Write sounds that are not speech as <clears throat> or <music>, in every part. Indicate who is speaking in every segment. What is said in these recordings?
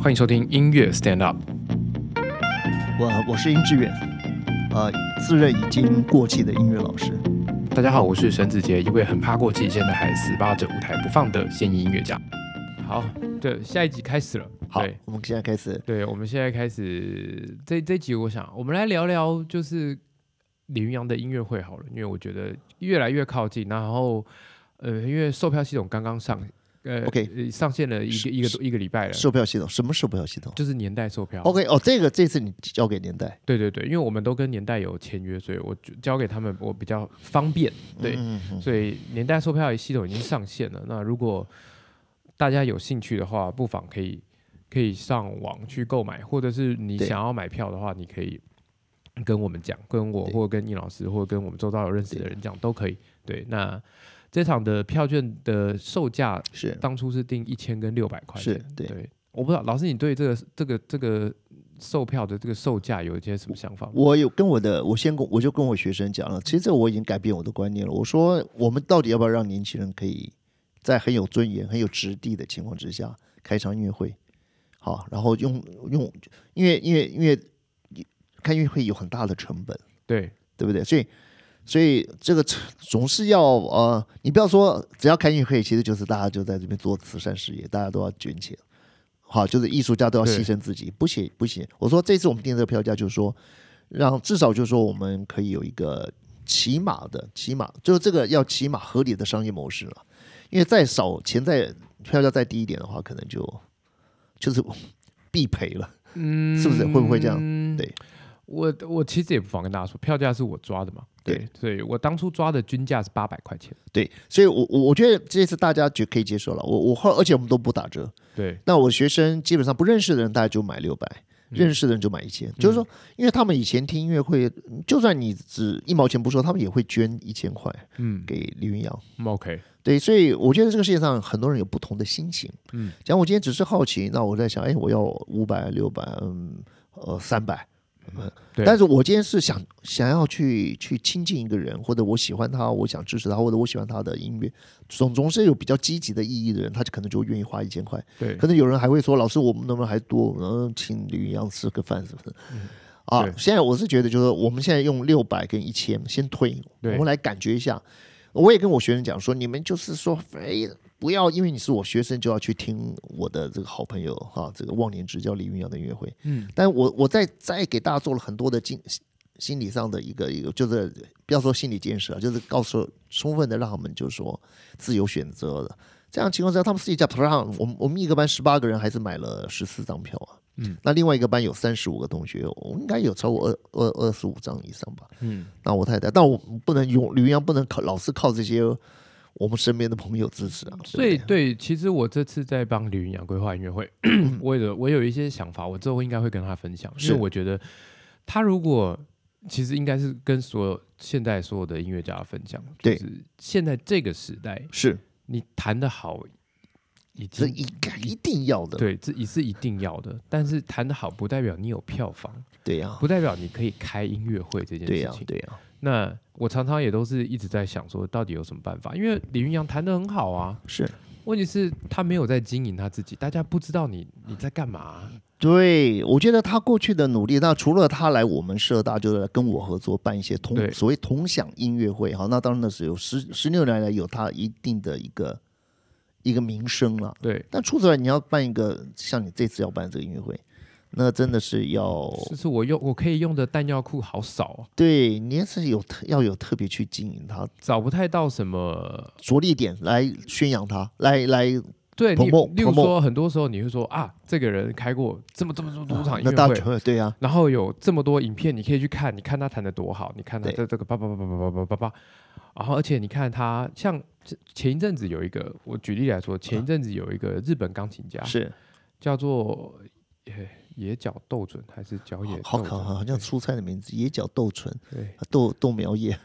Speaker 1: 欢迎收听音乐 Stand Up。
Speaker 2: 我我是殷志远，呃，自认已经过气的音乐老师。
Speaker 1: 大家好，我是沈子杰，一位很怕过期，现在还死扒着舞台不放的现役音乐家。好，对，下一集开始了。
Speaker 2: 好
Speaker 1: 对，
Speaker 2: 我们现在开始。
Speaker 1: 对，我们现在开始这这集，我想我们来聊聊就是李云阳的音乐会好了，因为我觉得越来越靠近，然后呃，因为售票系统刚刚上呃
Speaker 2: OK
Speaker 1: 呃上线了一个
Speaker 2: 是
Speaker 1: 一个多一个礼拜了，
Speaker 2: 售票系统什么售票系统
Speaker 1: 就是年代售票。
Speaker 2: ？OK，哦，这个这次你交给年代。
Speaker 1: 对对对，因为我们都跟年代有签约，所以我就交给他们，我比较方便。对，
Speaker 2: 嗯，嗯
Speaker 1: 所以年代售票系统已经上线了。那如果大家有兴趣的话，不妨可以可以上网去购买，或者是你
Speaker 2: 对
Speaker 1: 想要买票的话，你可以跟我们讲，跟我
Speaker 2: 对
Speaker 1: 或跟尹老师，或跟我们周遭有认识的人讲都可以。对，那这场的票券的售价
Speaker 2: 是
Speaker 1: 当初是定一千跟六百块钱
Speaker 2: 是，对
Speaker 1: 我不知道老师，你对这个这个这个售票的这个售价有一些什么想法吗？
Speaker 2: 我有跟我的，我先跟我就跟我学生讲了，其实这我已经改变我的观念了。我说，我们到底要不要让年轻人可以在很有尊严、很有质地的情况之下开一场音乐会？好，然后用用，因为因为因为看音乐会有很大的成本。
Speaker 1: 对
Speaker 2: 对不对？所以，所以这个总总是要呃，你不要说只要开音乐会，其实就是大家就在这边做慈善事业，大家都要捐钱，好，就是艺术家都要
Speaker 1: 对
Speaker 2: 牺牲自己，不行不行。我说这次我们定这个票价，就是说让至少就是说我们可以有一个起码的起码，就是这个要起码合理的商业模式了，因为再少钱再票价再低一点的话，可能就就是 <laughs> 必赔了。
Speaker 1: 嗯
Speaker 2: 是不是会不会这样对，
Speaker 1: 我我其实也不妨跟大家说，票价是我抓的嘛，对
Speaker 2: 对，
Speaker 1: 所以我当初抓的均价是八百块钱，
Speaker 2: 对，所以我我我觉得这次大家就可以接受了。我我后而且我们都不打折，
Speaker 1: 对
Speaker 2: 那我学生基本上不认识的人，大概就买六百、
Speaker 1: 嗯
Speaker 2: 认识的人就买一千、就是说，因为他们以前听音乐会，就算你只一毛钱不说，他们也会捐一千块
Speaker 1: 嗯
Speaker 2: 给李云阳。
Speaker 1: 嗯，OK，
Speaker 2: 对，所以我觉得这个世界上很多人有不同的心情。
Speaker 1: 嗯，
Speaker 2: 讲我今天只是好奇，那我在想，哎，我要五百、六百，嗯，呃，三百。嗯
Speaker 1: 对
Speaker 2: 但是我今天是想想要去去亲近一个人，或者我喜欢他，我想支持他，或者我喜欢他的音乐，总总是有比较积极的意义的人，他就可能就愿意花一千块。
Speaker 1: 对
Speaker 2: 可能有人还会说，老师，我们能不能还多，嗯，请吕阳吃个饭，是不是？啊
Speaker 1: 嗯对，
Speaker 2: 现在我是觉得，就是我们现在用六百跟一千先推，我
Speaker 1: 对
Speaker 2: 们来感觉一下。我也跟我学生讲说，你们就是说，哎，不要因为你是我学生就要去听我的这个好朋友哈、这个忘年之交李云阳的音乐会。
Speaker 1: 嗯，
Speaker 2: 但我我再再给大家做了很多的心心理上的一个一个，就是不要说心理建设啊，就是告诉充分的让他们就是说自由选择的。这样情况之下，他们私底下，不上我们我们一个班十八个人还是买了十四张票啊。
Speaker 1: 嗯，
Speaker 2: 那另外一个班有三十五个同学，我们应该有超过二二二十五张以上吧。
Speaker 1: 嗯，
Speaker 2: 那我太太，但我不能用吕阳不能靠老是靠这些我们身边的朋友支持啊。
Speaker 1: 所以
Speaker 2: 对不对
Speaker 1: 对，其实我这次在帮李云阳规划音乐会， <clears throat> 我有我有一些想法，我之后应该会跟他分享，因
Speaker 2: 是
Speaker 1: 为我觉得他如果其实应该是跟所有现在所有的音乐家分享，就
Speaker 2: 对
Speaker 1: 是现在这个时代，
Speaker 2: 是
Speaker 1: 你弹的好已
Speaker 2: 这
Speaker 1: 经
Speaker 2: 一一定要的，
Speaker 1: 对，这也是一定要的。但是弹得好不代表你有票房，
Speaker 2: 对呀、
Speaker 1: 不代表你可以开音乐会这件
Speaker 2: 对呀、
Speaker 1: 事情。
Speaker 2: 对呀、
Speaker 1: 那我常常也都是一直在想说，到底有什么办法？因为李云阳弹得很好啊，
Speaker 2: 是
Speaker 1: 问题是他没有在经营他自己，大家不知道你你在干嘛啊、
Speaker 2: 对，我觉得他过去的努力，那除了他来我们社大，就是来跟我合作办一些
Speaker 1: 对
Speaker 2: 同所谓同享音乐会，哈，那当然那是有十十六年来有他一定的一个一个名声了。
Speaker 1: 对，
Speaker 2: 但除此之外，你要办一个像你这次要办这个音乐会，那真的是要
Speaker 1: 就是我用我可以用的弹药库好少、啊，
Speaker 2: 对你也是有特要有特别去经营它，
Speaker 1: 找不太到什么。
Speaker 2: 着力点来宣扬它，来来，
Speaker 1: 对，例
Speaker 2: Promote，
Speaker 1: 例如
Speaker 2: promote
Speaker 1: 说，很多时候你会说啊，这个人开过这么这么这么多场音
Speaker 2: 啊那
Speaker 1: 乐
Speaker 2: 大
Speaker 1: 会
Speaker 2: 家，会对啊，
Speaker 1: 然后有这么多影片，你可以去看，你看他弹的多好，你看他
Speaker 2: 对
Speaker 1: 这这个叭叭叭叭叭叭叭叭叭，然后而且你看他像这前一阵子有一个，我举例来说，前一阵子有一个日本钢琴家
Speaker 2: 是
Speaker 1: 叫做呃野角斗准还是角野
Speaker 2: 好
Speaker 1: 斗
Speaker 2: 好
Speaker 1: 准，
Speaker 2: 好像蔬菜的名字，野角豆醇、
Speaker 1: 对，
Speaker 2: 豆豆苗叶，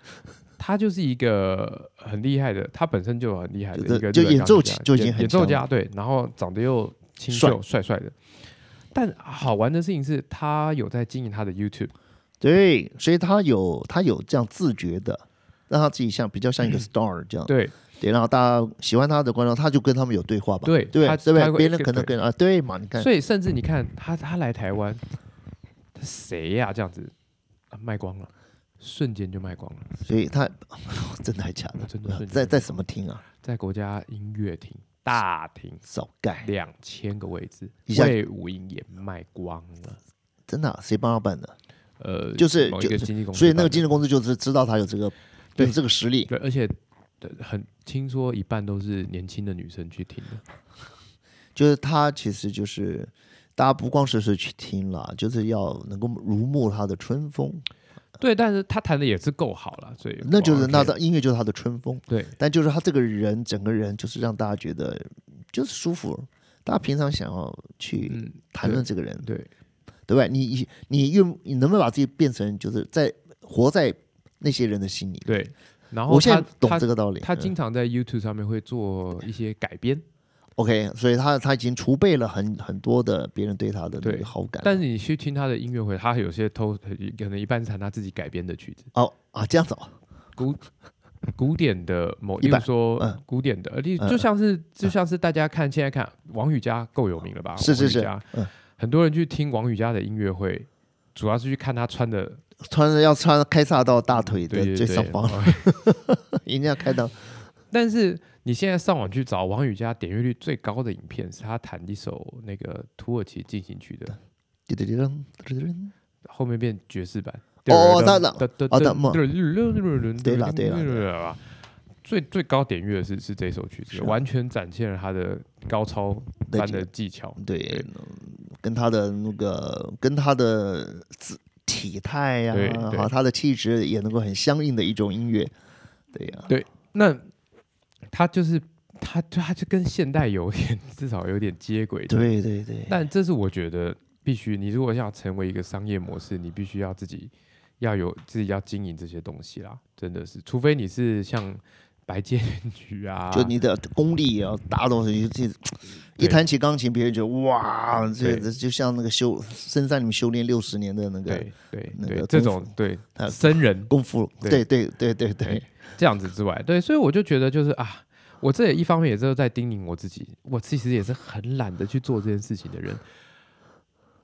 Speaker 1: 他就是一个很厉害的，他本身就很厉害的
Speaker 2: 就
Speaker 1: 一个
Speaker 2: 就
Speaker 1: 日本
Speaker 2: 演奏
Speaker 1: 钢琴家
Speaker 2: 就已经
Speaker 1: 演
Speaker 2: 很
Speaker 1: 演奏
Speaker 2: 强
Speaker 1: 家对，然后长得又清秀帅帅的，但好玩的事情是他有在经营他的 YouTube。
Speaker 2: 对，所以他有他有这样自觉的让他自己像比较像一个 star 这样，
Speaker 1: 嗯对
Speaker 2: 对，然后大家喜欢他的观众，他就跟他们有对话吧，
Speaker 1: 对
Speaker 2: 哦对
Speaker 1: 他他
Speaker 2: 对不对？
Speaker 1: 会
Speaker 2: 别人
Speaker 1: 对
Speaker 2: 可能跟啊，对嘛？你看，
Speaker 1: 所以甚至你看他他来台湾，他谁呀、这样子、啊卖光了，瞬间就卖光了，
Speaker 2: 所以他 <laughs> 真的还假的？
Speaker 1: 真的是
Speaker 2: 嗯在在什么厅啊？
Speaker 1: 在国家音乐厅大厅
Speaker 2: 少盖，
Speaker 1: 两千个位置，
Speaker 2: 一下
Speaker 1: 魏武营也卖光了，
Speaker 2: 真的啊、谁帮他办的？
Speaker 1: 呃，
Speaker 2: 就是
Speaker 1: 某一个
Speaker 2: 就
Speaker 1: 经纪公司办的，
Speaker 2: 所以那个经纪公司就是知道他有这个有
Speaker 1: 对
Speaker 2: 这个实力，
Speaker 1: 对，而且呃很听说一半都是年轻的女生去听的，
Speaker 2: 就是他其实就是大家不光是是去听了，就是要能够如沐他的春风，
Speaker 1: 对，但是他弹的也是够好了，所以
Speaker 2: 那就是那
Speaker 1: 的
Speaker 2: 的音乐就是他的春风。
Speaker 1: 对
Speaker 2: 但就是他这个人整个人就是让大家觉得就是舒服，大家平常想要去
Speaker 1: 嗯
Speaker 2: 谈论这个人，
Speaker 1: 对
Speaker 2: 对吧？你你愿你能不能把自己变成就是在活在那些人的心里？，
Speaker 1: 对，然后
Speaker 2: 我现
Speaker 1: 他
Speaker 2: 在懂
Speaker 1: 他
Speaker 2: 这个道理。
Speaker 1: 他
Speaker 2: 嗯
Speaker 1: 经常在 YouTube 上面会做一些改编，
Speaker 2: OK，所以他他已经储备了很很多的别人对他的那
Speaker 1: 对
Speaker 2: 个好感。
Speaker 1: 但是你去听他的音乐会，他有些偷呃可能一半是弹他自己改编的曲子，
Speaker 2: 哦啊，这样子哦，
Speaker 1: 古典的某，
Speaker 2: 嗯一
Speaker 1: 例
Speaker 2: 半
Speaker 1: 如说、
Speaker 2: 嗯
Speaker 1: 古典的，例
Speaker 2: 嗯
Speaker 1: 就像是、就像是大家看现在看王羽佳够有名了吧？
Speaker 2: 是是是
Speaker 1: 王羽佳，
Speaker 2: 嗯
Speaker 1: 很多人去听王羽佳的音乐会，主要是去看他穿的，
Speaker 2: 穿着要穿开叉到大腿
Speaker 1: 对
Speaker 2: 的
Speaker 1: 对
Speaker 2: 最
Speaker 1: 对哦
Speaker 2: 上方， <laughs> 一定要开到
Speaker 1: 但是你现在上网去找王羽佳点阅率最高的影片，是他弹一首那个土耳其进行曲的，
Speaker 2: 滴滴滴噔滴滴噔。
Speaker 1: 后面变爵士版。
Speaker 2: 哦哦那那哦那么
Speaker 1: 对
Speaker 2: 对啦对啦对
Speaker 1: 啦。最最高点阅的是是这首曲子，
Speaker 2: 是啊
Speaker 1: 完全展现了他的高超般的技巧。
Speaker 2: 对
Speaker 1: 对，
Speaker 2: 跟他的那个跟他的姿体态呀、
Speaker 1: 对
Speaker 2: 啊，
Speaker 1: 对
Speaker 2: 好，他的气质也能够很相应的一种音乐，对呀、
Speaker 1: 那他就是他，他就跟现代有点至少有点接轨。，
Speaker 2: 对对对，
Speaker 1: 但这是我觉得必须，你如果要成为一个商业模式，你必须要自己要有自己要经营这些东西啦，真的是，除非你是像白建局啊，
Speaker 2: 就你的功力也要达到，就这一
Speaker 1: 对
Speaker 2: 弹起钢琴，别人就哇，这
Speaker 1: 对
Speaker 2: 这就像那个修深山里面修炼六十年的那个
Speaker 1: 对对
Speaker 2: 那
Speaker 1: 对
Speaker 2: 个，
Speaker 1: 这
Speaker 2: 功
Speaker 1: 种对
Speaker 2: 他
Speaker 1: 僧人
Speaker 2: 功夫，对
Speaker 1: 对
Speaker 2: 对对对对
Speaker 1: 对，这样子之外，对，所以我就觉得就是啊，我这也一方面也是在叮咛我自己，我其实也是很懒得去做这件事情的人，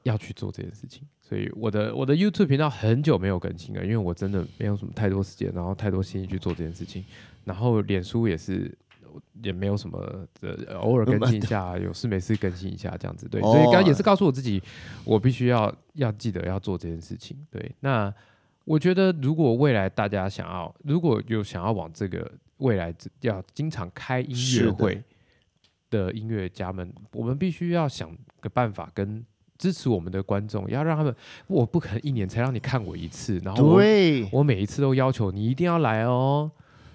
Speaker 1: 要去做这件事情。所以我的我的 YouTube 频道很久没有更新了，因为我真的没有什么太多时间，然后太多心力去做这件事情。然后脸书也是也没有什么呃，偶尔更新一下，啊有事没事更新一下这样子。对，
Speaker 2: 哦
Speaker 1: 所以刚也是告诉我自己，我必须要要记得要做这件事情。对，那我觉得如果未来大家想要，如果有想要往这个未来要经常开音
Speaker 2: 是
Speaker 1: 乐
Speaker 2: 的
Speaker 1: 会的音乐家们，我们必须要想个办法跟。支持我们的观众，要让他们，我不可能一年才让你看我一次，然后我
Speaker 2: 对，
Speaker 1: 我每一次都要求你一定要来哦。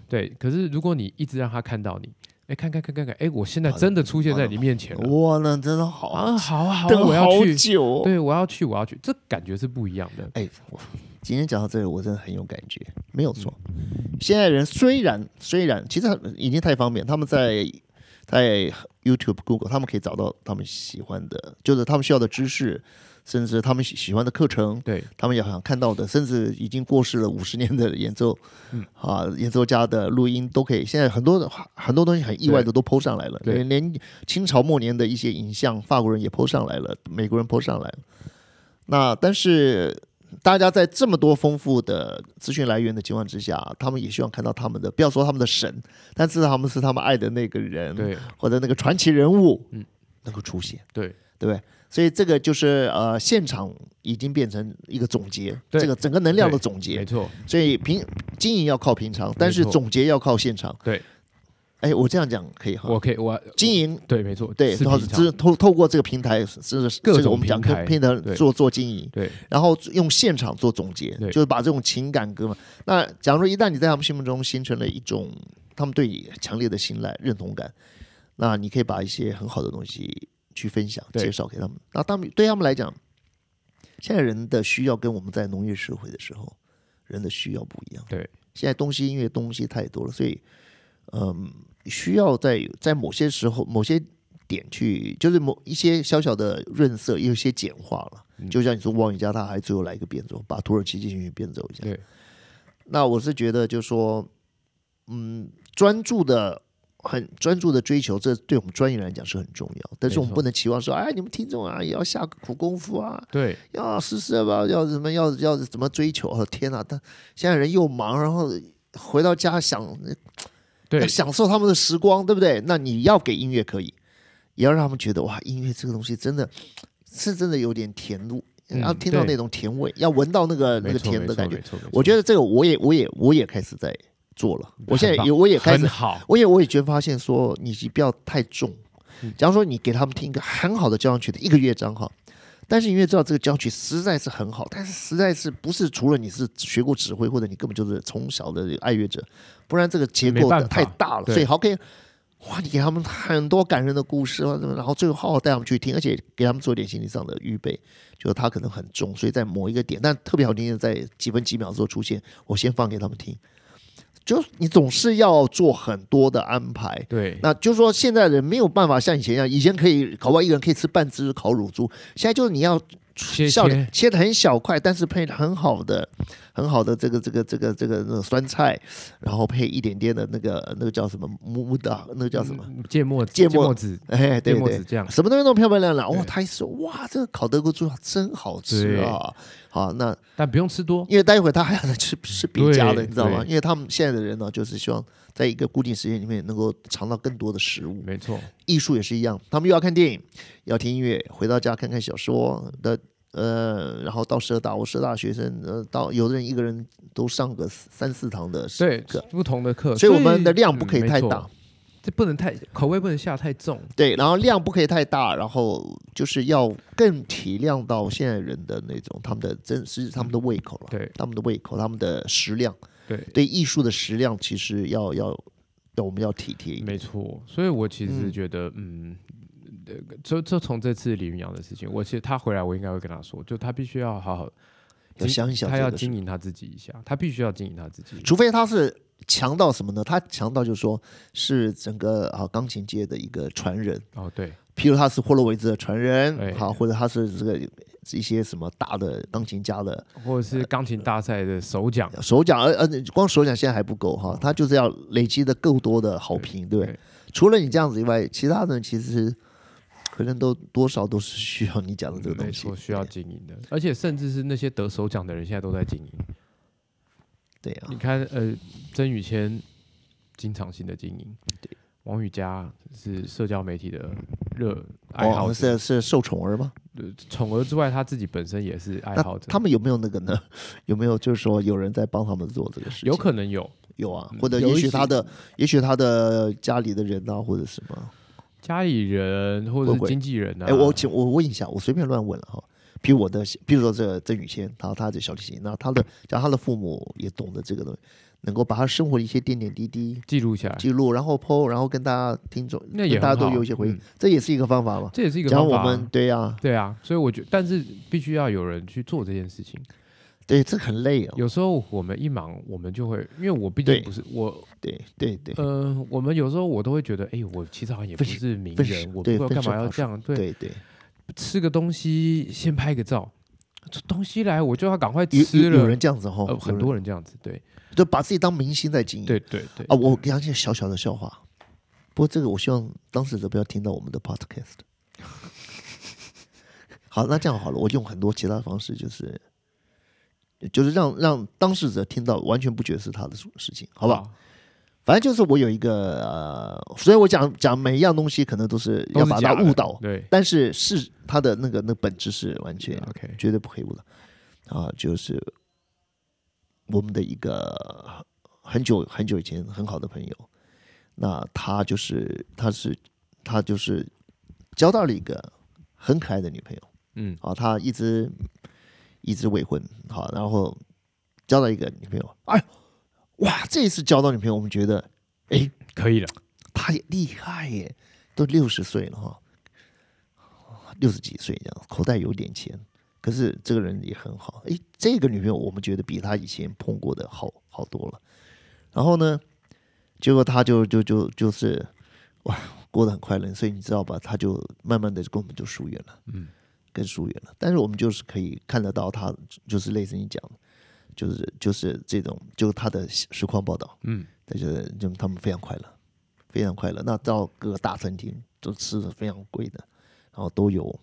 Speaker 1: 对，可是如果你一直让他看到你，哎，看看看看看，哎，我现在真的出现在你面前了。
Speaker 2: 哇，那真的好
Speaker 1: 啊，好啊好啊，
Speaker 2: 等
Speaker 1: 我要
Speaker 2: 好
Speaker 1: 去，
Speaker 2: 久哦。
Speaker 1: 对我要去，我要去，这感觉是不一样的。
Speaker 2: 哎，我今天讲到这里，我真的很有感觉，没有错。现在人虽然虽然其实已经太方便，他们在在 YouTube、Google，他们可以找到他们喜欢的，就是他们需要的知识，甚至他们喜喜欢的课程，
Speaker 1: 对
Speaker 2: 他们也想看到的，甚至已经过世了五十年的演奏，
Speaker 1: 嗯
Speaker 2: 啊，演奏家的录音都可以。现在很多的很多东西很意外的都 PO 上来了，
Speaker 1: 对
Speaker 2: 连连清朝末年的一些影像，法国人也 PO 上来了，美国人 PO 上来了。那但是大家在这么多丰富的资讯来源的情况之下，他们也希望看到他们的，不要说他们的神，但至少他们是他们爱的那个人，
Speaker 1: 对
Speaker 2: 或者那个传奇人物，
Speaker 1: 嗯，
Speaker 2: 能够出现，
Speaker 1: 对
Speaker 2: 对不对？所以这个就是呃，现场已经变成一个总结，
Speaker 1: 对
Speaker 2: 这个整个能量的
Speaker 1: 对
Speaker 2: 总结
Speaker 1: 没。错，
Speaker 2: 所以平经营要靠平常，但是
Speaker 1: 没错
Speaker 2: 总结要靠现场。
Speaker 1: 对，
Speaker 2: 哎，我这样讲可以哈。
Speaker 1: 我可以，我
Speaker 2: 经营
Speaker 1: 对没错，
Speaker 2: 对，
Speaker 1: 是
Speaker 2: 然后
Speaker 1: 平常
Speaker 2: 是透透过这个平台，是是
Speaker 1: 各种
Speaker 2: 这个我们讲
Speaker 1: 平台
Speaker 2: 平台
Speaker 1: 对
Speaker 2: 做做经营，
Speaker 1: 对
Speaker 2: 然后用现场做总结，
Speaker 1: 对
Speaker 2: 就是把这种情感跟那假如一旦你在他们心目中形成了一种他们对你强烈的信赖、认同感，那你可以把一些很好的东西去分享、
Speaker 1: 对
Speaker 2: 介绍给他们。那他们对他们来讲，现在人的需要跟我们在农业社会的时候人的需要不一样。
Speaker 1: 对，
Speaker 2: 现在东西因为东西太多了，所以嗯，需要在在某些时候、某些点去，就是某一些小小的润色，也有一些简化了。
Speaker 1: 嗯
Speaker 2: 就像你说王宇佳，他还最后来一个变奏，把土耳其进行曲变奏一下。
Speaker 1: 对
Speaker 2: 那我是觉得，就说，嗯专注的。很专注的追求，这对我们专业来讲是很重要。但是我们
Speaker 1: 没错
Speaker 2: 不能期望说，哎，你们听众啊，也要下苦功夫啊，
Speaker 1: 对，
Speaker 2: <laughs> 要是是吧，要怎么要要怎么追求？哦，天哪！但现在人又忙，然后回到家想
Speaker 1: 对
Speaker 2: 要，享受他们的时光，对不对？那你要给音乐可以，也要让他们觉得哇，音乐这个东西真的是真的有点甜度，
Speaker 1: 嗯
Speaker 2: 要听到
Speaker 1: 对
Speaker 2: 那种甜味，要闻到那个那
Speaker 1: 没
Speaker 2: 个
Speaker 1: 错，
Speaker 2: 甜
Speaker 1: 没
Speaker 2: 的
Speaker 1: 错，
Speaker 2: 感觉
Speaker 1: 没。错，没错
Speaker 2: 我觉得这个我也我也我也开始在做了，我现在也我也开始
Speaker 1: 很好，
Speaker 2: 我也我也觉得发现说，你不要太重
Speaker 1: 嗯。
Speaker 2: 假如说你给他们听一个很好的交响曲的一个乐章哈，但是你也知道这个交响曲实在是很好，但是实在是不是除了你是学过指挥，或者你根本就是从小的爱乐者，不然这个结
Speaker 1: 没
Speaker 2: 构
Speaker 1: 办
Speaker 2: 的
Speaker 1: 法
Speaker 2: 太大了。
Speaker 1: 对
Speaker 2: 所以好可以，哇，你给他们很多感人的故事啊，然后最后好好带他们去听，而且给他们做点心理上的预备，就是他可能很重，所以在某一个点，但特别好听的在几分几秒之后出现，我先放给他们听。就是你总是要做很多的安排，
Speaker 1: 对，
Speaker 2: 那就是说现在人没有办法像以前一样，以前可以搞不好一个人可以吃半只烤乳猪，现在就是你要
Speaker 1: 切
Speaker 2: 笑脸
Speaker 1: 切，
Speaker 2: 切的很小块，但是配的很好的、很好的这个这个这个这个那个酸菜，然后配一点点的那个那个叫什么木木的，那个叫什么？
Speaker 1: 嗯？芥末，
Speaker 2: 芥末
Speaker 1: 末子，
Speaker 2: 哎，
Speaker 1: 芥
Speaker 2: 对
Speaker 1: 末
Speaker 2: 对
Speaker 1: 子，酱，
Speaker 2: 什么东西弄漂漂亮亮，哇！
Speaker 1: 对
Speaker 2: 他一说，哇，这个烤德国猪脚真好吃啊！好，那
Speaker 1: 但不用吃多。
Speaker 2: 因为待会他还要吃吃别家的，
Speaker 1: 对
Speaker 2: 你知道吗？
Speaker 1: 对
Speaker 2: 因为他们现在的人呢，就是希望在一个固定时间里面能够尝到更多的食物。
Speaker 1: 没错，
Speaker 2: 艺术也是一样，他们又要看电影，要听音乐，回到家看看小说的，呃，然后到社大，我社大学生，呃，到有的人一个人都上个三四堂的，
Speaker 1: 对
Speaker 2: 课，
Speaker 1: 不同的课，
Speaker 2: 所以我们的量不可以
Speaker 1: 呃嗯
Speaker 2: 太
Speaker 1: 没错
Speaker 2: 大
Speaker 1: 这不能太口味不能下太重，
Speaker 2: 对，然后量不可以太大，然后就是要更体谅到现在人的那种他们的真是他们的胃口了，
Speaker 1: 嗯对
Speaker 2: 他们的胃口，他们的食量，
Speaker 1: 对，
Speaker 2: 对艺术的食量其实要要要我们要体贴一点，
Speaker 1: 没错。所以我其实觉得，嗯，呃就就从这次李云阳的事情，我其实他回来，我应该会跟他说，就他必须要好好
Speaker 2: 要
Speaker 1: 经
Speaker 2: 想一想
Speaker 1: 他
Speaker 2: 这
Speaker 1: 要
Speaker 2: 个事
Speaker 1: 经营他自己一下，他必须要经营他自己。
Speaker 2: 除非他是强到什么呢？他强到就是说是整个啊钢琴界的一个传人，
Speaker 1: 哦，对，
Speaker 2: 譬如他是霍洛维兹的传
Speaker 1: 哎
Speaker 2: 人，好、或者他是这个一些什么大的钢琴家的
Speaker 1: 或者是钢琴大赛的首奖，
Speaker 2: 首奖，哦呃而呃光首奖现在还不够哈，他就是要累积的够多的好评，对不
Speaker 1: 嗯
Speaker 2: 对
Speaker 1: 对？
Speaker 2: 除了你这样子以外，其他的其实可能都多少都是需要你讲的这个
Speaker 1: 嗯没
Speaker 2: 东西
Speaker 1: 错，，需要
Speaker 2: 对
Speaker 1: 经营的，而且甚至是那些得首奖的人，现在都在经营。
Speaker 2: 对啊
Speaker 1: 你，看，呃，曾宇谦经常性的经营，
Speaker 2: 对，
Speaker 1: 王宇佳是社交媒体的热爱好
Speaker 2: 哦，
Speaker 1: 者
Speaker 2: 是，是受宠儿吗？
Speaker 1: 宠儿之外，他自己本身也是爱
Speaker 2: 那
Speaker 1: 好者。
Speaker 2: 他们有没有那个呢？ <laughs> 有没有就是说有人在帮他们做这个事情？
Speaker 1: 有可能有
Speaker 2: 有啊
Speaker 1: 嗯，
Speaker 2: 或者
Speaker 1: 有
Speaker 2: 也
Speaker 1: 一
Speaker 2: 许
Speaker 1: 些
Speaker 2: 他的，也许他的家里的人啊，或者什么。
Speaker 1: 家里人或者
Speaker 2: 会
Speaker 1: 是
Speaker 2: 不会
Speaker 1: 经纪人啊。
Speaker 2: 哎、我请我问一下，我随便乱问了哈。比如我的，比如说这个郑宇谦，他他的小提琴，那他的，像他的父母也懂得这个东西，能够把他生活的一些点点滴滴
Speaker 1: 记录下来，
Speaker 2: 记录，然后 PO，然后跟大家听众，
Speaker 1: 那
Speaker 2: 跟
Speaker 1: 也
Speaker 2: 大
Speaker 1: 很
Speaker 2: 家都
Speaker 1: 好
Speaker 2: 有一些回应，
Speaker 1: 嗯
Speaker 2: 这也是一个方法嘛。
Speaker 1: 这也是一个
Speaker 2: 讲
Speaker 1: 方
Speaker 2: 我
Speaker 1: 法啊。
Speaker 2: 们对呀、
Speaker 1: 对啊，所以我觉得，但是必须要有人去做这件事情。
Speaker 2: 对，这很累哦。
Speaker 1: 有时候我们一忙，我们就会，因为我毕竟
Speaker 2: 对
Speaker 1: 不是我，
Speaker 2: 对对对
Speaker 1: 呃，我们有时候我都会觉得，哎，我其实好像也不
Speaker 2: 分手
Speaker 1: 是名
Speaker 2: 分手
Speaker 1: 人，我不
Speaker 2: 对
Speaker 1: 知道
Speaker 2: 分
Speaker 1: 干嘛
Speaker 2: 手
Speaker 1: 要
Speaker 2: 好
Speaker 1: 这样，对，
Speaker 2: 对对，
Speaker 1: 吃个东西先拍个照，这东西来我就要赶快
Speaker 2: 有
Speaker 1: 吃
Speaker 2: 有有
Speaker 1: 了
Speaker 2: 人。这样子哈、
Speaker 1: 呃，
Speaker 2: 有
Speaker 1: 很
Speaker 2: 人
Speaker 1: 多人这样子，对
Speaker 2: 就把自己当明星在经营。
Speaker 1: 对对对
Speaker 2: 啊，我讲一个小小的笑话，不过这个我希望当事者不要听到我们
Speaker 1: <laughs>
Speaker 2: 的 podcast。好，那这样好了，我用很多其他的方式，就是就是让让当事者听到，完全不觉得是他的事情，好不好？？
Speaker 1: 哦
Speaker 2: 反正就是我有一个呃，所以我讲讲每一样东西，可能都是
Speaker 1: 都
Speaker 2: 要
Speaker 1: 是
Speaker 2: 把
Speaker 1: 假
Speaker 2: 它
Speaker 1: 的
Speaker 2: 误导，
Speaker 1: 对
Speaker 2: 但是是他的那个那本质是完全
Speaker 1: ，OK，
Speaker 2: 绝对不可以误导啊，就是我们的一个很久很久以前很好的朋友，那他就是他是他就是交到了一个很可爱的女朋友
Speaker 1: 嗯，
Speaker 2: 啊，他一直一直未婚，好，然后交到一个女朋友，哎呦，哇，这一次交到女朋友，我们觉得
Speaker 1: 可以了，
Speaker 2: 他也厉害耶，都六十岁了哈，六十几岁这样，口袋有点钱，可是这个人也很好。诶，这个女朋友我们觉得比他以前碰过的好好多了。然后呢，结果他就就就就是哇，过得很快乐，所以你知道吧，他就慢慢的跟我们就疏远了，
Speaker 1: 嗯，
Speaker 2: 更疏远了。但是我们就是可以看得到他，就是类似你讲的，就是就是这种，就是他的实况报道。
Speaker 1: 嗯，
Speaker 2: 但是就他们非常快乐，非常快乐。那到各个大餐厅都吃的非常贵的，然后都有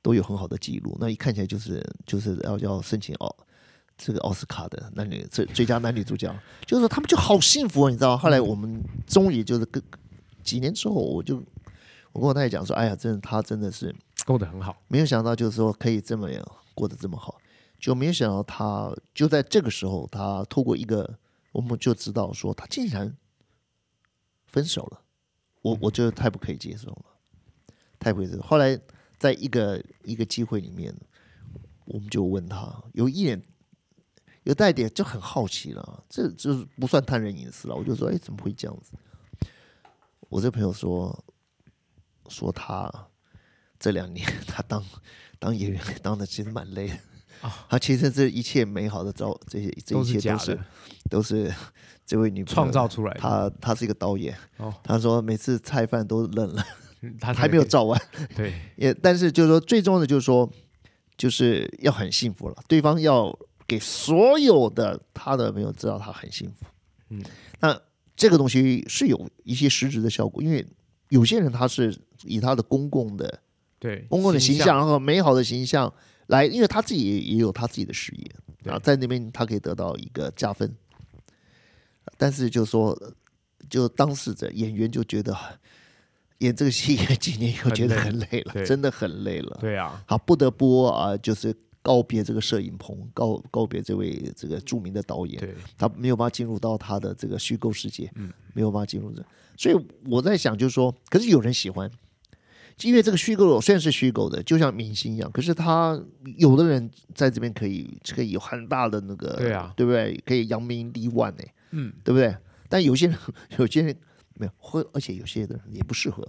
Speaker 2: 都有很好的记录。那一看起来就是就是要要申请奥这个奥斯卡的男女最最佳男女主角，就是说他们就好幸福、啊，你知道吗？后来我们终于就是跟几年之后，我就我跟我太太讲说，哎呀，真的他真的是
Speaker 1: 过得很好，
Speaker 2: 没有想到，就是说可以这么样过得这么好，就没有想到他就在这个时候，他透过一个，我们就知道说他竟然分手了，我
Speaker 1: 嗯
Speaker 2: 我觉得太不可以接受了，太不可以接受。后来在一个一个机会里面，我们就问他，有一点有带点就很好奇了，这就是不算探人隐私了。我就说，哎，怎么会这样子？我这朋友说说他这两年他当当演员当的其实蛮累的
Speaker 1: 啊
Speaker 2: 他其实这一切美好的照这些这
Speaker 1: 都
Speaker 2: 一切
Speaker 1: 假
Speaker 2: 都是
Speaker 1: 的，
Speaker 2: 都是 <laughs> 这位女朋友
Speaker 1: 创造出来的。
Speaker 2: 他他是一个导演，
Speaker 1: 哦
Speaker 2: 他说每次菜饭都冷
Speaker 1: <laughs>
Speaker 2: 了，
Speaker 1: 他
Speaker 2: 还没有照完，
Speaker 1: 对，
Speaker 2: 也但是就是说最重要的就是说，就是要很幸福了，对方要给所有的他的朋友知道他很幸福。
Speaker 1: 嗯，
Speaker 2: 那这个东西是有一些实质的效果，因为有些人他是以他的公共的
Speaker 1: 对，
Speaker 2: 公共的形
Speaker 1: 形
Speaker 2: 象和美好的形象来，因为他自己也也有他自己的事业，
Speaker 1: 对
Speaker 2: 然后在那边他可以得到一个加分。但是就说，呃就当事者演员就觉得演这个戏演几年以后
Speaker 1: 很
Speaker 2: 觉得
Speaker 1: 累
Speaker 2: 很累了，
Speaker 1: 对
Speaker 2: 真的很累了。
Speaker 1: 对啊，
Speaker 2: 好，不得不啊、就是告别这个摄影棚，告告别这位这个著名的导演。
Speaker 1: 对，
Speaker 2: 他没有办法进入到他的这个虚构世界，
Speaker 1: 嗯，
Speaker 2: 没有办法进入这，所以我在想，就是说，可是有人喜欢，因为这个虚构虽然是虚构的，就像明星一样，可是他有的人在这边可以可以有很大的那个，
Speaker 1: 对啊
Speaker 2: 对不对？可以扬名立万呢、
Speaker 1: 嗯，
Speaker 2: 对不对？但有些人有些人没有，或而且有些人也不适合，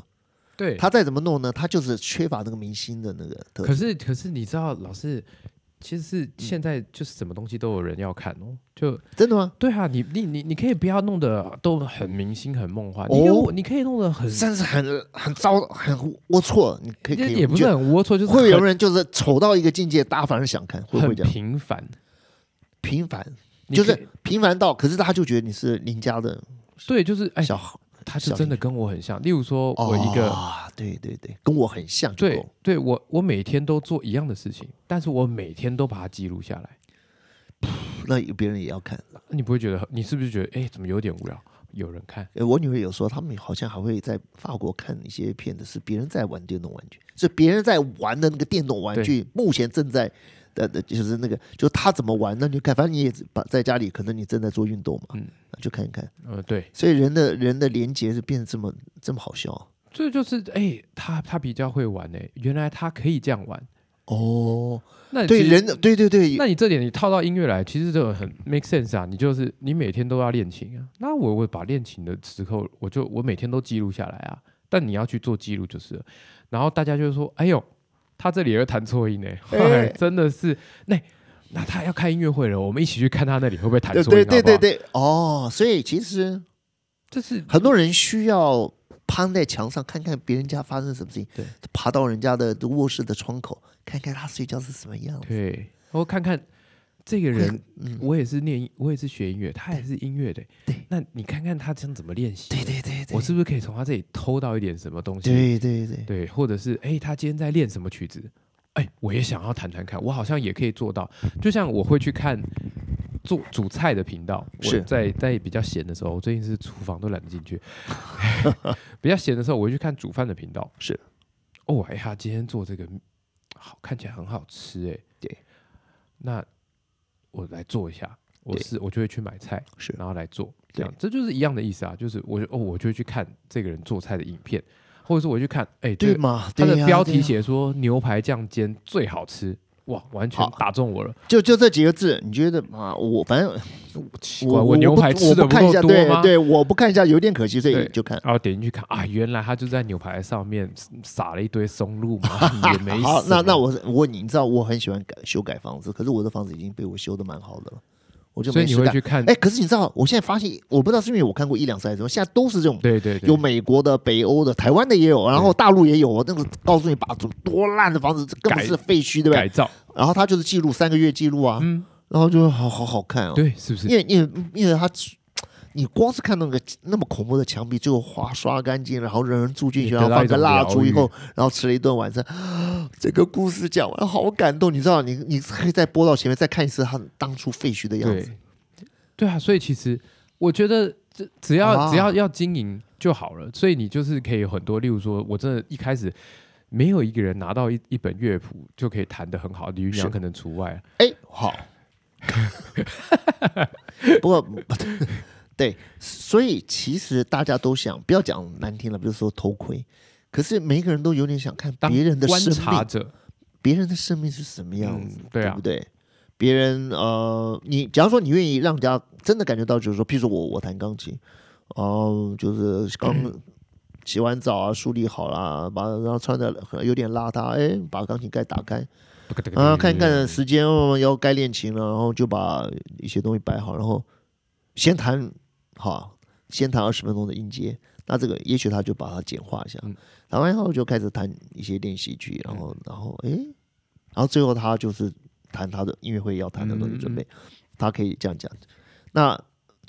Speaker 1: 对。
Speaker 2: 他再怎么弄呢，他就是缺乏那个明星的那个特
Speaker 1: 可是可是你知道，老师其实是
Speaker 2: 嗯
Speaker 1: 现在就是什么东西都有人要看哦，就
Speaker 2: 真的吗？
Speaker 1: 对啊，你你你你可以不要弄得都很明星很梦幻，
Speaker 2: 哦
Speaker 1: 你有你可以弄得很，
Speaker 2: 但是很很糟，很龌龊，你可以可以
Speaker 1: 也
Speaker 2: 我
Speaker 1: 不
Speaker 2: 觉
Speaker 1: 是
Speaker 2: 得
Speaker 1: 很龌龊，就是
Speaker 2: 会不会有
Speaker 1: 很
Speaker 2: 人就是丑到一个境界，大家反而想看，会不会
Speaker 1: 很
Speaker 2: 这样？
Speaker 1: 平凡，
Speaker 2: 平凡，
Speaker 1: 你
Speaker 2: 就
Speaker 1: 可
Speaker 2: 是平凡到，可是他就觉得你是邻家的
Speaker 1: 对，就是哎，
Speaker 2: 小孩。
Speaker 1: 他是
Speaker 2: 小
Speaker 1: 真的
Speaker 2: 林
Speaker 1: 跟我很像。例如说，哎我一个、
Speaker 2: 啊，对对对，跟我很像就够
Speaker 1: 对
Speaker 2: 了，
Speaker 1: 对我我每天都做一样的事情，但是我每天都把它记录下来，
Speaker 2: 那有别人也要看。
Speaker 1: 你不会觉得你是不是觉得哎怎么有点无聊？有人看，
Speaker 2: 呃我女儿有时候他们好像还会在法国看一些片子，是别人在玩电动玩具，是别人在玩的那个电动玩具，目前正在的的就是那个，就他怎么玩，那你就看，反正你也把在家里，可能你正在做运动嘛，
Speaker 1: 嗯
Speaker 2: 那就看一看。
Speaker 1: 呃，对，
Speaker 2: 所以人的人的连接是变得这么这么好笑啊
Speaker 1: 这就是哎他他比较会玩哎、原来他可以这样玩。
Speaker 2: 哦。
Speaker 1: 那
Speaker 2: 对
Speaker 1: 其实
Speaker 2: 人的，对对对，
Speaker 1: 那你这点你套到音乐来，其实这种很 make sense 啊。你就是你每天都要练琴啊，那我我把练琴的时候，我就我每天都记录下来啊。但你要去做记录就是了，然后大家就会说：“哎呦，他这里又弹错音呢、
Speaker 2: 哎
Speaker 1: 哎， <laughs> 真的是那那他要开音乐会了，我们一起去看他那里会不会弹
Speaker 2: 对
Speaker 1: 错音，
Speaker 2: 对
Speaker 1: 好
Speaker 2: 对
Speaker 1: 不好
Speaker 2: 对，对，哦，所以其实
Speaker 1: 这是
Speaker 2: 很多人需要攀在墙上看看别人家发生什么事情，
Speaker 1: 对，
Speaker 2: 爬到人家的卧室的窗口看看他睡觉是什么样子，
Speaker 1: 对。我看看这个人，
Speaker 2: 嗯，
Speaker 1: 我也是念音，我也是学音乐，他也是音乐的、
Speaker 2: 对，
Speaker 1: 那你看看他这样怎么练习的？
Speaker 2: 对对对对，
Speaker 1: 我是不是可以从他这里偷到一点什么东西？
Speaker 2: 对对对，
Speaker 1: 对，或者是哎、诶他今天在练什么曲子？哎、我也想要弹弹看，我好像也可以做到。就像我会去看做煮菜的频道，我
Speaker 2: 是
Speaker 1: 在在比较闲的时候，我最近是厨房都懒得进
Speaker 2: <laughs>
Speaker 1: 去，比较闲的时候，我会去看煮饭的频道。
Speaker 2: 是，
Speaker 1: 哦，哎、他今天做这个好，看起来很好吃、哎，
Speaker 2: 对，
Speaker 1: 那我来做一下。我
Speaker 2: 对
Speaker 1: 是我就会去买菜，
Speaker 2: 是
Speaker 1: 然后来做，这
Speaker 2: 对
Speaker 1: 样这就是一样的意思啊，就是我就哦，我就会去看这个人做菜的影片，或者是我去看，哎、这
Speaker 2: 对
Speaker 1: 个
Speaker 2: 嘛，
Speaker 1: 它
Speaker 2: 对
Speaker 1: 的
Speaker 2: 呀
Speaker 1: 标题
Speaker 2: 对呀
Speaker 1: 写说牛排酱煎最好吃，哇，完全
Speaker 2: 好
Speaker 1: 打中我了。
Speaker 2: 就就这几个字，你觉得嘛？我反正
Speaker 1: 奇怪，
Speaker 2: 我
Speaker 1: 我牛
Speaker 2: 不
Speaker 1: 排
Speaker 2: 我
Speaker 1: 吃的
Speaker 2: 不看一
Speaker 1: 够
Speaker 2: 下，
Speaker 1: 多
Speaker 2: 对
Speaker 1: 吗？
Speaker 2: 对，我不看一下有点可惜，所以
Speaker 1: 对
Speaker 2: 就看。
Speaker 1: 然后点进去看啊，原来他就在牛排上面撒了一堆松露 <laughs> 嘛，也没
Speaker 2: <laughs> 好，
Speaker 1: 什么
Speaker 2: 那那我我问你，你知道我很喜欢改修改房子，可是我的房子已经被我修的蛮好的了，我就
Speaker 1: 所以
Speaker 2: 没
Speaker 1: 你
Speaker 2: 事
Speaker 1: 会
Speaker 2: 干
Speaker 1: 去。看
Speaker 2: 哎，，可是你知道，我现在发现，我不知道是因为我看过一两次还是什么，现在都是这种，
Speaker 1: 对对对
Speaker 2: 有，美国的、北欧的、台湾的也有，然后大陆也有。我那个告诉你，把多烂的房子，根本
Speaker 1: 改
Speaker 2: 是废墟，对不
Speaker 1: 改
Speaker 2: 对？
Speaker 1: 造，
Speaker 2: 然后他就是记录三个月记录啊，
Speaker 1: 嗯，
Speaker 2: 然后就好好好看啊，
Speaker 1: 对，是不是？
Speaker 2: 因为因为因为他。你光是看那个那么恐怖的墙壁，最后花刷干净，然后人人住进去，
Speaker 1: 也
Speaker 2: 然后
Speaker 1: 得到
Speaker 2: 放
Speaker 1: 一
Speaker 2: 个
Speaker 1: 种
Speaker 2: 蜡烛以
Speaker 1: 疗愈
Speaker 2: 后，然后吃了一顿晚餐。这个故事讲完，好感动，你知道，你你可以再播到前面再看一次他当初废墟的样子。
Speaker 1: 对，对啊，所以其实我觉得这只要、
Speaker 2: 啊
Speaker 1: 只要要经营就好了，所以你就是可以有很多，例如说，我真的一开始没有一个人拿到一一本乐谱就可以弹得很好，李云
Speaker 2: 是
Speaker 1: 阳可能除外。
Speaker 2: 哎，好。 <laughs> 不过， <laughs> 对，所以其实大家都想，不要讲难听了，比如说偷窥，可是每一个人都有点想看
Speaker 1: 当
Speaker 2: 别人的
Speaker 1: 观
Speaker 2: 生
Speaker 1: 察
Speaker 2: 命，
Speaker 1: 者，
Speaker 2: 别人的生命是什么样
Speaker 1: 嗯
Speaker 2: 子，
Speaker 1: 对啊
Speaker 2: 不对？别人呃，你假如说你愿意让人家真的感觉到，就是说，譬如说我我弹钢琴，哦、就是刚洗完澡啊，梳理好啦，把然后穿的有点邋遢，哎，把钢琴盖打开，啊，看一看时间，哦，要该练琴了，然后就把一些东西摆好，然后先弹，好，先弹二十分钟的音阶。那这个也许他就把它简化一下
Speaker 1: 嗯，
Speaker 2: 弹完以后就开始弹一些练习曲，然后然后诶，然后最后他就是弹他的音乐会要弹的东西准备，他可以这样讲。那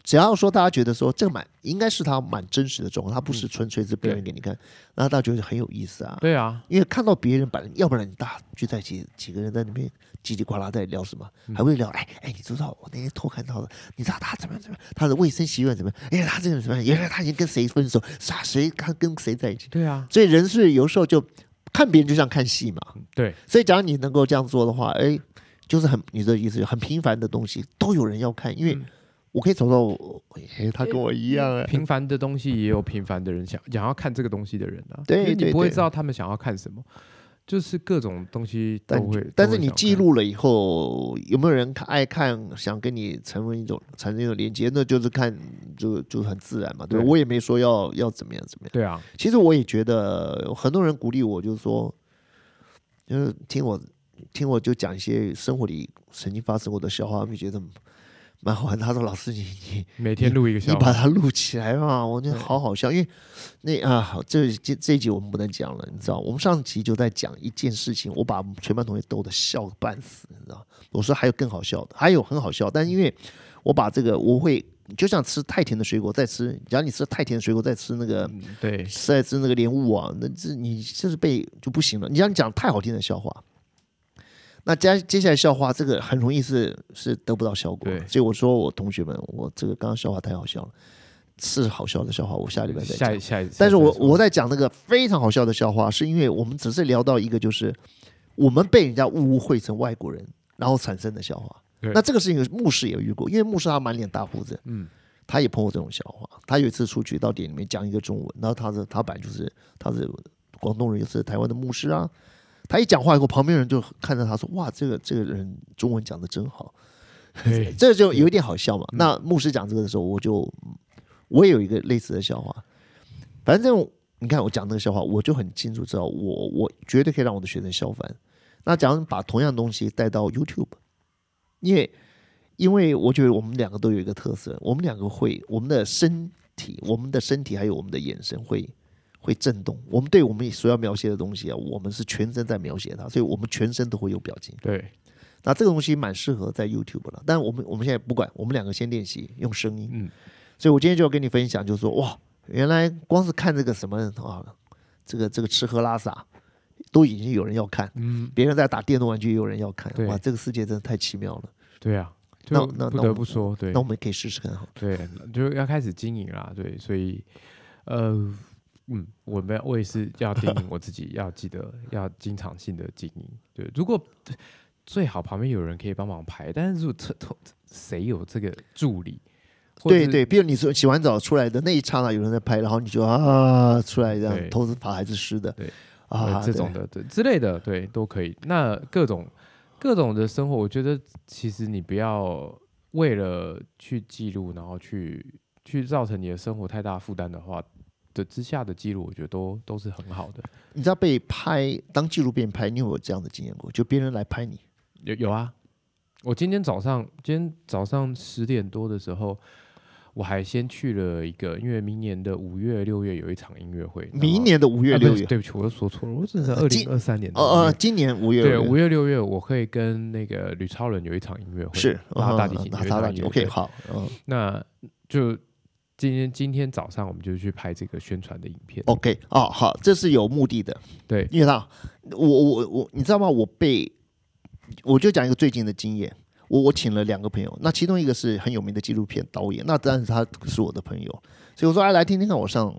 Speaker 2: 只要说大家觉得说这个蛮应该是他蛮真实的状况，他不是纯粹是表演给你看，那大家觉得很有意思啊。
Speaker 1: 对啊，
Speaker 2: 因为看到别人把，要不然你大家聚在一起，几个人在那边叽里呱啦在聊什么，还会聊，哎哎，你知道我那天偷看到的，你知道他怎么样怎么样，他的卫生习惯怎么样，哎，他这个人怎么样，原来他已经跟谁分手，啥谁他跟谁在一起，
Speaker 1: 对啊，
Speaker 2: 所以人是有时候就看别人就像看戏嘛， <laughs>
Speaker 1: 对，
Speaker 2: 所以假如你能够这样做的话，哎，就是很你的意思，很平凡的东西都有人要看，因为
Speaker 1: 嗯
Speaker 2: 我可以找到我，哎，他跟我一样哎，
Speaker 1: 平凡的东西也有平凡的人想想要看这个东西的人啊，
Speaker 2: 对
Speaker 1: 因为
Speaker 2: 对
Speaker 1: 你不会
Speaker 2: 对
Speaker 1: 知道他们想要看什么，就是各种东西都
Speaker 2: 但
Speaker 1: 会。
Speaker 2: 但
Speaker 1: 都
Speaker 2: 是
Speaker 1: 会
Speaker 2: 你
Speaker 1: 想
Speaker 2: 记
Speaker 1: 看，
Speaker 2: 录了以后，有没有人看爱看，想跟你成为一种产生一种连接？那就是看，就就很自然嘛。对吧
Speaker 1: 对
Speaker 2: 我也没说要要怎么样怎么样。
Speaker 1: 对啊，
Speaker 2: 其实我也觉得很多人鼓励我，就是说，就是听我听我就讲一些生活里曾经发生过的笑话，他们觉得蛮好玩的。他说：“老师，你你
Speaker 1: 每天录一个
Speaker 2: 你
Speaker 1: 小
Speaker 2: 把
Speaker 1: 时，
Speaker 2: 它录起来嘛，我觉得
Speaker 1: 对
Speaker 2: 好好笑。因为那啊，好这这这一集我们不能讲了，你知道，我们上集就在讲一件事情，我把我们全班同学逗得笑个半死，你知道。我说还有更好笑的，还有很好笑，但因为我把这个我会就像吃太甜的水果再吃，假如你吃太甜的水果再吃那个
Speaker 1: 嗯对，
Speaker 2: 再吃那个莲雾啊，那这你这是被就不行了。你让你讲太好听的笑话。那接接下来笑话，这个很容易是是得不到效果的，
Speaker 1: 对
Speaker 2: 所以我说我同学们，我这个刚刚笑话太好笑了，是好笑的笑话，我下礼拜再
Speaker 1: 下一
Speaker 2: 讲。
Speaker 1: 下一，
Speaker 2: 但是我
Speaker 1: 下一
Speaker 2: 我在讲那个非常好笑的笑话，是因为我们只是聊到一个，就是我们被人家误会成外国人，然后产生的笑话。
Speaker 1: 对
Speaker 2: 那这个事情牧师也遇过，因为牧师他满脸大胡子，
Speaker 1: 嗯，
Speaker 2: 他也碰过这种笑话。他有一次出去到店里面讲一个中文，然后他是他本来就是他是广东人，也是台湾的牧师啊。他一讲话以后，旁边人就看着他说：“哇，这个这个人中文讲的真好。”
Speaker 1: 对
Speaker 2: 这就有一点好笑嘛。那牧师讲这个的时候，我就我也有一个类似的笑话。反正你看我讲那个笑话，我就很清楚知道我，我绝对可以让我的学生笑翻。那假如把同样东西带到 YouTube，因为因为我觉得我们两个都有一个特色，我们两个会我们的身体、我们的身体还有我们的眼神会。会震动，我们对我们所要描写的东西啊，我们是全身在描写它，所以我们全身都会有表情。
Speaker 1: 对，
Speaker 2: 那这个东西蛮适合在 YouTube 了，但我们我们现在不管，我们两个先练习用声音。
Speaker 1: 嗯，
Speaker 2: 所以我今天就要跟你分享，就是说哇，原来光是看这个什么啊，这个这个吃喝拉撒，都已经有人要看，
Speaker 1: 嗯，
Speaker 2: 别人在打电动玩具也有人要看，
Speaker 1: 对
Speaker 2: 哇，这个世界真的太奇妙了。
Speaker 1: 对啊，
Speaker 2: 那
Speaker 1: 就
Speaker 2: 那
Speaker 1: 不
Speaker 2: 那
Speaker 1: 得
Speaker 2: 我
Speaker 1: 不说，对
Speaker 2: 那我们可以试试看哈。
Speaker 1: 对，就要开始经营啦，对，所以呃，嗯，我们我也是要经营我自己，要记得要经常性的经营，对，如果最好旁边有人可以帮忙排，但是如果特特谁有这个助理，或者
Speaker 2: 对
Speaker 1: 是
Speaker 2: 对，比如你说洗完澡出来的那一刹那，有人在拍，然后你就啊出来这样，
Speaker 1: 对
Speaker 2: 头发还是湿的，
Speaker 1: 对
Speaker 2: 啊
Speaker 1: 呃，这种
Speaker 2: 对
Speaker 1: 的对之类的，对都可以。那各种各种的生活，我觉得其实你不要为了去记录，然后去去造成你的生活太大负担的话的之下的记录，我觉得都都是很好的。
Speaker 2: 你知道被拍当纪录片拍，你有没有这样的经验过？就别人来拍你，
Speaker 1: 有有啊，我今天早上今天早上十点多的时候。我还先去了一个，因为明年的五月、六月有一场音乐会。然后
Speaker 2: 明年的五月
Speaker 1: 啊不是
Speaker 2: 六月，
Speaker 1: 对不起，我又说错了，我只是二
Speaker 2: 今
Speaker 1: 零二三年的
Speaker 2: 哦
Speaker 1: 五
Speaker 2: 哦，
Speaker 1: 月
Speaker 2: 今年五月
Speaker 1: 对，五
Speaker 2: 月
Speaker 1: 月六月我会跟那个吕超人有一场音乐会，
Speaker 2: 是
Speaker 1: 拉大提
Speaker 2: 嗯
Speaker 1: 琴，
Speaker 2: 拉
Speaker 1: 有一
Speaker 2: 大
Speaker 1: 场
Speaker 2: 大
Speaker 1: 音
Speaker 2: 提
Speaker 1: 乐
Speaker 2: ，OK，
Speaker 1: 会
Speaker 2: 好，嗯，
Speaker 1: 那就今天今天早上我们就去拍这个宣传的影片。
Speaker 2: OK，哦，好，这是有目的的，
Speaker 1: 对，
Speaker 2: <laughs> 因为他，我我我，你知道吗？我被，我就讲一个最近的经验，我我请了两个朋友，那其中一个是很有名的纪录片导演，那当然他是我的朋友，所以我说哎，来听听看我上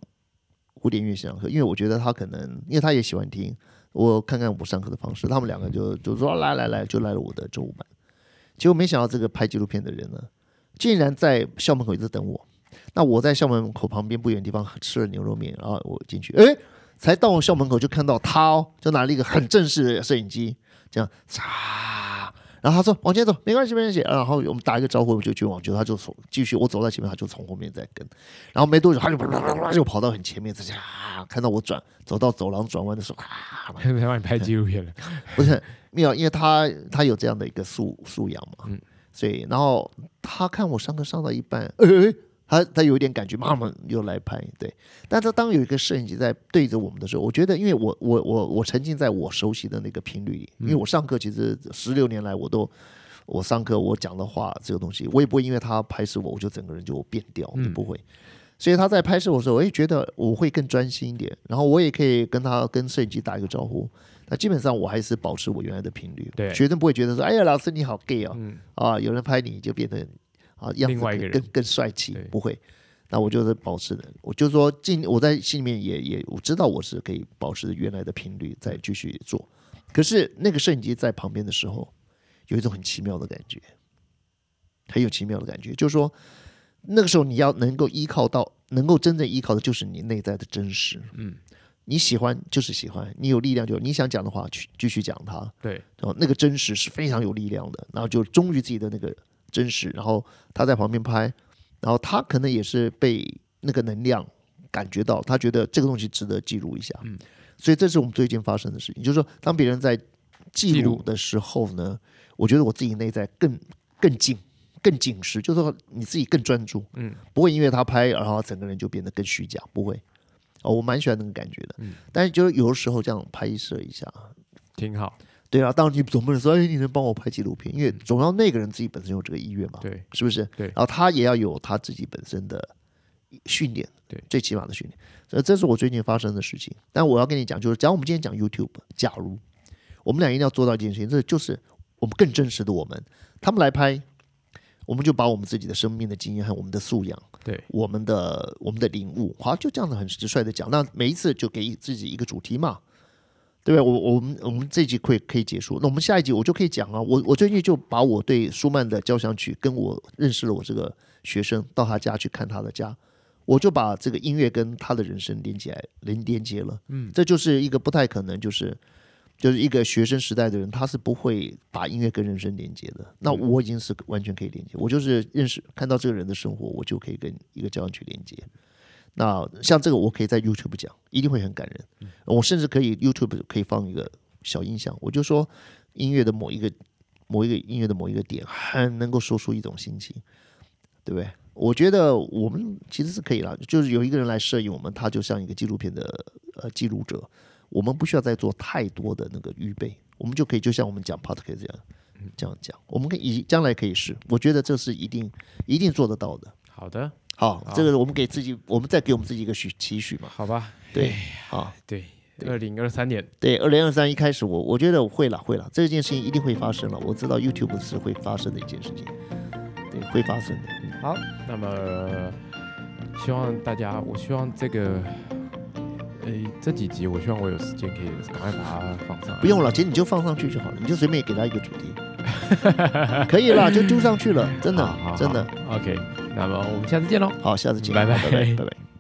Speaker 2: 古典音乐上课，因为我觉得他可能，因为他也喜欢听，我看看我上课的方式，他们两个就就说来来来，就来了我的周五版，结果没想到这个拍纪录片的人呢，竟然在校门口一直等我。那我在校门口旁边不远的地方吃了牛肉面，然后我进去，哎，才到校门口就看到他哦，就拿了一个很正式的摄影机，这样嚓，然后他说哦往前走，没关系没关系，然后哦我们打一个招呼，我就去往前，他就从继续，我走在前面，他就从后面在跟，然后没多久他就啪啪啪啪就跑到很前面，这下看到我转走到走廊转弯的时候，啊，
Speaker 1: 他帮你拍纪录片了。
Speaker 2: 不是没有，因为他他有这样的一个素素养嘛，
Speaker 1: 嗯
Speaker 2: 所以然后他看我上课上到一半，哎、哎哎他他有一点感觉，妈妈又来拍，对。但他当有一个摄影机在对着我们的时候，我觉得，因为我我我我沉浸在我熟悉的那个频率里，因为我上课其实十六年来我都。我上课我讲的话这个东西，我也不会因为他拍摄我，我就整个人就变掉，
Speaker 1: 嗯
Speaker 2: 就不会。所以他在拍摄我的时候，我也觉得我会更专心一点，然后我也可以跟他跟摄影机打一个招呼。那基本上我还是保持我原来的频率，
Speaker 1: 对
Speaker 2: 学生不会觉得说，哎呀，老师你好 gay 哦，
Speaker 1: 嗯，
Speaker 2: 啊，有人拍你就变成啊样子
Speaker 1: 另外一个
Speaker 2: 更
Speaker 1: 人
Speaker 2: 更更帅气
Speaker 1: 对，
Speaker 2: 不会。那我就是保持的，我就说尽我在心里面也也我知道我是可以保持原来的频率再继续做，可是那个摄影机在旁边的时候，有一种很奇妙的感觉，很有奇妙的感觉，就是说那个时候你要能够依靠到，能够真正依靠的就是你内在的真实，
Speaker 1: 嗯，
Speaker 2: 你喜欢就是喜欢，你有力量就你想讲的话去继续讲它，
Speaker 1: <laughs> 对，
Speaker 2: 然后那个真实是非常有力量的，然后就忠于自己的那个真实，然后他在旁边拍，然后他可能也是被那个能量感觉到，他觉得这个东西值得记录一下，
Speaker 1: 嗯，
Speaker 2: 所以这是我们最近发生的事情，就是说当别人在记
Speaker 1: 记
Speaker 2: 录
Speaker 1: 录
Speaker 2: 的时候呢，我觉得我自己内在更更紧。更紧实，就是说你自己更专注，
Speaker 1: 嗯，
Speaker 2: 不会因为他拍，然后整个人就变得更虚假，不会。哦，我蛮喜欢那个感觉的，
Speaker 1: 嗯，
Speaker 2: 但是就是有的时候这样拍摄一下，
Speaker 1: 挺好。
Speaker 2: 对啊，当然你总不能说，哎，你能帮我拍纪录片，因为总要那个人自己本身有这个意愿嘛，
Speaker 1: 对，
Speaker 2: 是不是？
Speaker 1: 对
Speaker 2: 然后他也要有他自己本身的训练，
Speaker 1: 对
Speaker 2: 最起码的训练。所以这是我最近发生的事情。但我要跟你讲，就是假如我们今天讲 YouTube，假如我们俩一定要做到一件事情，这就是我们更真实的我们，他们来拍。我们就把我们自己的生命的经验和我们的素养，
Speaker 1: 对，
Speaker 2: 我们的我们的领悟，好，就这样子很直率的讲。那每一次就给自己一个主题嘛，对不对？我我们我们这一集可以可以结束，那我们下一集我就可以讲啊。我我最近就把我对舒曼的交响曲，跟我认识了我这个学生到他家去看他的家，我就把这个音乐跟他的人生连起来连连接了。
Speaker 1: 嗯，
Speaker 2: 这就是一个不太可能，就是就是一个学生时代的人，他是不会把音乐跟人生连接的。那我已经是完全可以连接，我就是认识看到这个人的生活，我就可以跟一个交响曲连接。那像这个，我可以在 YouTube 讲，一定会很感人。我甚至可以 YouTube 可以放一个小音响，我就说音乐的某一个某一个音乐的某一个点，很能够说出一种心情，对不对？我觉得我们其实是可以啦，就是有一个人来摄影我们，他就像一个纪录片的呃记录者，我们不需要再做太多的那个预备，我们就可以就像我们讲 podcast 这样
Speaker 1: 嗯
Speaker 2: 这样讲，我们可以以将来可以试，我觉得这是一定一定做得到的。
Speaker 1: 好的，
Speaker 2: 好，这个我们给自己，我们再给我们自己一个许期许嘛。
Speaker 1: 好吧，
Speaker 2: 对，好，
Speaker 1: 对，二零二三年，
Speaker 2: 对，二零二三一开始我我觉得我会了，会了，这件事情一定会发生了。我知道 YouTube 是会发生的一件事情，对，会发生的。
Speaker 1: 好，那么希望大家，我希望这个。诶，这几集我希望我有时间可以赶快把它放上来。
Speaker 2: 不用了，其实你就放上去就好了，你就随便给他一个
Speaker 1: <laughs>
Speaker 2: 主题，可以啦，就丢上去了，真的
Speaker 1: 好，好
Speaker 2: 真的。
Speaker 1: 好 OK，那么我们下次见喽。
Speaker 2: 好，下次见，
Speaker 1: 拜拜
Speaker 2: 好拜拜，拜拜。